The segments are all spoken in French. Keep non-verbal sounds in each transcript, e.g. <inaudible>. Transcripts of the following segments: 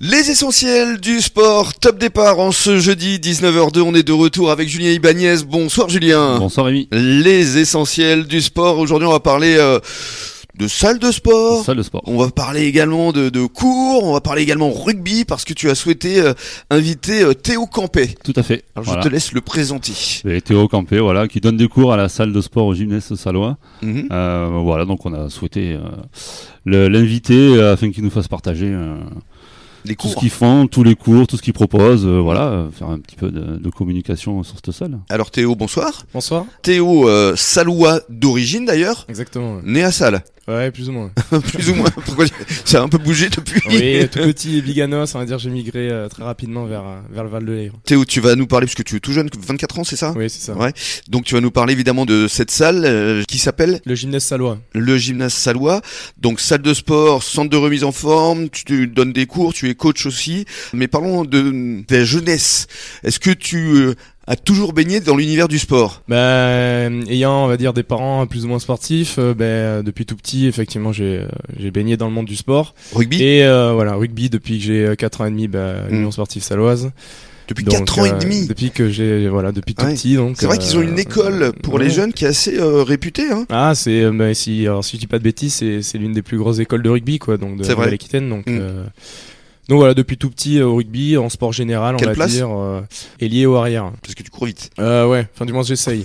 Les essentiels du sport, top départ en ce jeudi 19h02, on est de retour avec Julien Ibanez. Bonsoir Julien. Bonsoir Rémi. Les essentiels du sport, aujourd'hui on va parler euh, de salle de sport. Salle de sport. On va parler également de, de cours, on va parler également rugby parce que tu as souhaité euh, inviter euh, Théo Campé. Tout à fait. Alors Voilà. je te laisse le présenter. Et Théo Campé, voilà, qui donne des cours à la salle de sport au gymnase Salois. Mhm. Euh, voilà, donc on a souhaité euh, le- l'inviter euh, afin qu'il nous fasse partager euh, Les tout ce cours. qu'ils font, tous les cours, tout ce qu'ils proposent. euh, voilà, euh, faire un petit peu de, de communication sur cette salle. Alors Théo, bonsoir. Bonsoir. Théo euh, Saloua d'origine d'ailleurs, Exactement. né à Salle, Ouais, Ouais, plus ou moins. <laughs> plus ou moins. Pourquoi ça a un peu bougé depuis Oui, tout petit et biganos, on va dire, j'ai migré euh, très rapidement vers, euh, vers le Val de l'Aigre. Théo, tu vas nous parler, parce que tu es tout jeune, 24 ans, c'est ça Oui, c'est ça. Ah. Ouais. Donc tu vas nous parler évidemment de cette salle euh, qui s'appelle Le gymnase salois. le gymnase Salois. Donc salle de sport, centre de remise en forme, tu, tu donnes des cours, tu es coach aussi. Mais parlons de, de la jeunesse. Est-ce que tu euh, as toujours baigné dans l'univers du sport Bah, euh, ayant, on va dire, des parents plus ou moins sportifs, euh, ben, euh, depuis tout petit, effectivement, j'ai euh, j'ai baigné dans le monde du sport. Rugby Et euh, voilà, rugby, depuis que j'ai 4 ans et demi, bah, Mm. Union Sportive Saloise. depuis Donc, 4 ans et euh, demi Ah Depuis que j'ai, voilà, depuis tout Ouais. petit. donc, C'est vrai euh, qu'ils ont une école pour les ouais. jeunes qui est assez euh, réputée. Hein Ah, c'est euh, bah, si, alors, si je dis pas de bêtises, c'est, c'est l'une des plus grosses écoles de rugby quoi, donc de C'est vrai. Nouvelle-Aquitaine. Donc, Mm. euh, donc voilà, depuis tout petit euh, au rugby, en sport général, on Quelle va place dire, euh, est lié au arrière. parce que tu cours vite. Euh, ouais, enfin du <laughs> moins j'essaye.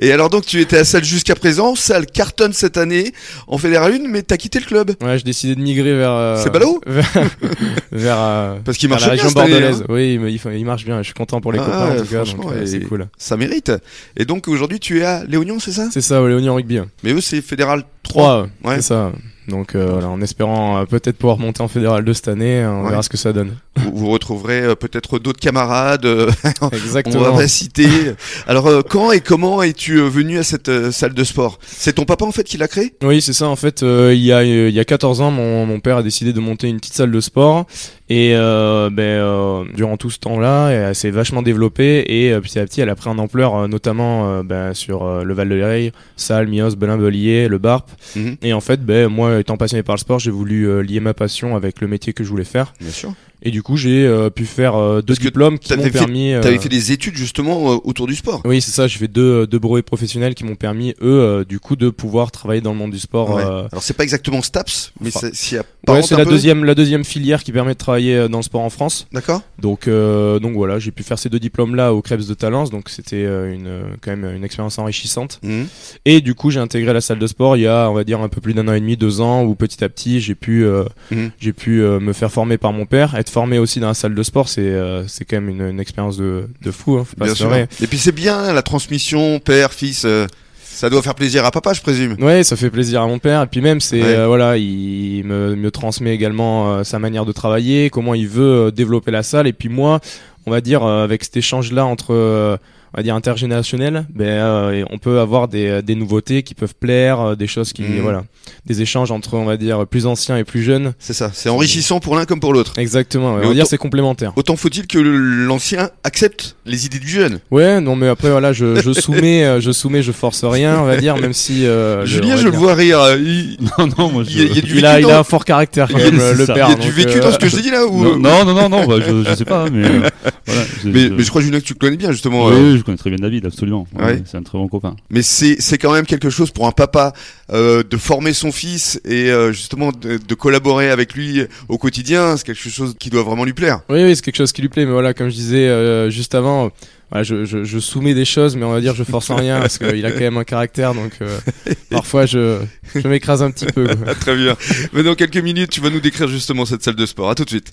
Et alors donc tu étais à salle jusqu'à présent, salle cartonne cette année en Fédéral 1, mais t'as quitté le club ouais, j'ai décidé de migrer vers. euh, C'est ballot <laughs> Vers, vers, euh, parce qu'il vers marchait la bien région cette année, bordelaise. hein. Oui, mais il, fa- il marche bien. Je suis content pour les Ah, copains en tout cas, franchement, donc, euh, et- c'est cool. Ça mérite. Et donc aujourd'hui tu es à Léonion, c'est ça C'est ça, ouais, Léonie en rugby. Mais eux, c'est Fédéral 3. 3 Ouais. c'est ça. Donc euh, voilà, en espérant euh, peut-être pouvoir monter en fédéral de cette année, euh, on Ouais. verra ce que ça donne. Vous, vous retrouverez euh, peut-être d'autres camarades. euh, <laughs> on Exactement. va pas citer. Alors, euh, quand et comment es-tu euh, venu à cette euh, salle de sport C'est ton papa, en fait, qui l'a créée Oui, c'est ça. En fait, euh, il, y a, euh, il y a 14 ans, mon, mon père a décidé de monter une petite salle de sport. Et euh, ben, euh, durant tout ce temps-là, elle s'est vachement développée. Et euh, petit à petit, elle a pris en ampleur, euh, notamment euh, ben, sur euh, le Val de l'Ereille, Salles, Mios, Belin-Belier, le Barp. Mhm. Et en fait, ben, moi, étant passionné par le sport, j'ai voulu euh, lier ma passion avec le métier que je voulais faire. Bien sûr. Et du coup, j'ai euh, pu faire euh, deux Parce que diplômes qui t'avais m'ont fait- permis. euh, T'avais fait des études, justement, euh, autour du sport. oui, c'est ça. J'ai fait deux, deux brevets professionnels qui m'ont permis, eux, euh, du coup, de pouvoir travailler dans le monde du sport. Ouais. euh, Alors, c'est pas exactement STAPS, mais Enfin, c'est s'y apparente Ouais, c'est un la peu. deuxième, la deuxième filière qui permet de travailler euh, dans le sport en France. D'accord Donc, euh, donc voilà, j'ai pu faire ces deux diplômes-là au Krebs de Talence, donc c'était euh, une, euh, quand même une expérience enrichissante. Mhm. Et du coup, j'ai intégré la salle de sport il y a, on va dire, un peu plus d'un an et demi, deux ans, où petit à petit, j'ai pu, euh, Mhm. j'ai pu euh, me faire former par mon père. Être formé aussi dans la salle de sport, c'est, euh, c'est quand même une, une expérience de, de fou, hein, faut pas Bien se sûr. leurrer. Et puis, c'est bien la transmission père-fils. euh, ça doit faire plaisir à papa, je présume. Ouais, ça fait plaisir à mon père. Et puis même, c'est Ouais. euh, voilà, il me, me transmet également euh, sa manière de travailler, comment il veut euh, développer la salle. Et puis moi, on va dire euh, avec cet échange-là entre euh, on va dire intergénérationnel, ben euh, et on peut avoir des, des nouveautés qui peuvent plaire, euh, des choses qui Mhm. voilà, des échanges entre on va dire plus anciens et plus jeunes. C'est ça. C'est enrichissant pour l'un comme pour l'autre. Exactement. ouais. Mais on va dire autant- c'est complémentaire. Autant faut-il que le- l'ancien accepte les idées du jeune. Ouais, non mais après voilà, je, je soumets, euh, je soumets, je force rien, on va dire, même si euh, on Julien, va je le dire- vois rire. euh, il- non, non, moi Il y a- il y je. a du Il a, vécu il dans- a un fort caractère quand Oui, même, c'est le ça. père. Il y a du donc, vécu euh, dans ce que je dis là ou Non, non, non, non, non, bah, je, je sais pas, mais. euh, voilà, je- mais, mais je crois Julien que tu le connais bien justement. Oui, euh. oui, je connais très bien David, absolument. Ouais, Ouais. C'est un très bon copain. Mais c'est c'est quand même quelque chose pour un papa euh, de former son fils et euh, justement de, de collaborer avec lui au quotidien. C'est quelque chose qui doit vraiment lui plaire. Oui, oui, c'est quelque chose qui lui plaît, mais voilà, comme je disais euh, juste avant, euh, voilà, je, je, je soumets des choses, mais on va dire je force en rien parce qu'il a quand même un caractère, donc euh, parfois je, je m'écrase un petit peu. quoi. <laughs> Ah, très bien. Mais dans quelques minutes, tu vas nous décrire justement cette salle de sport. À tout de suite.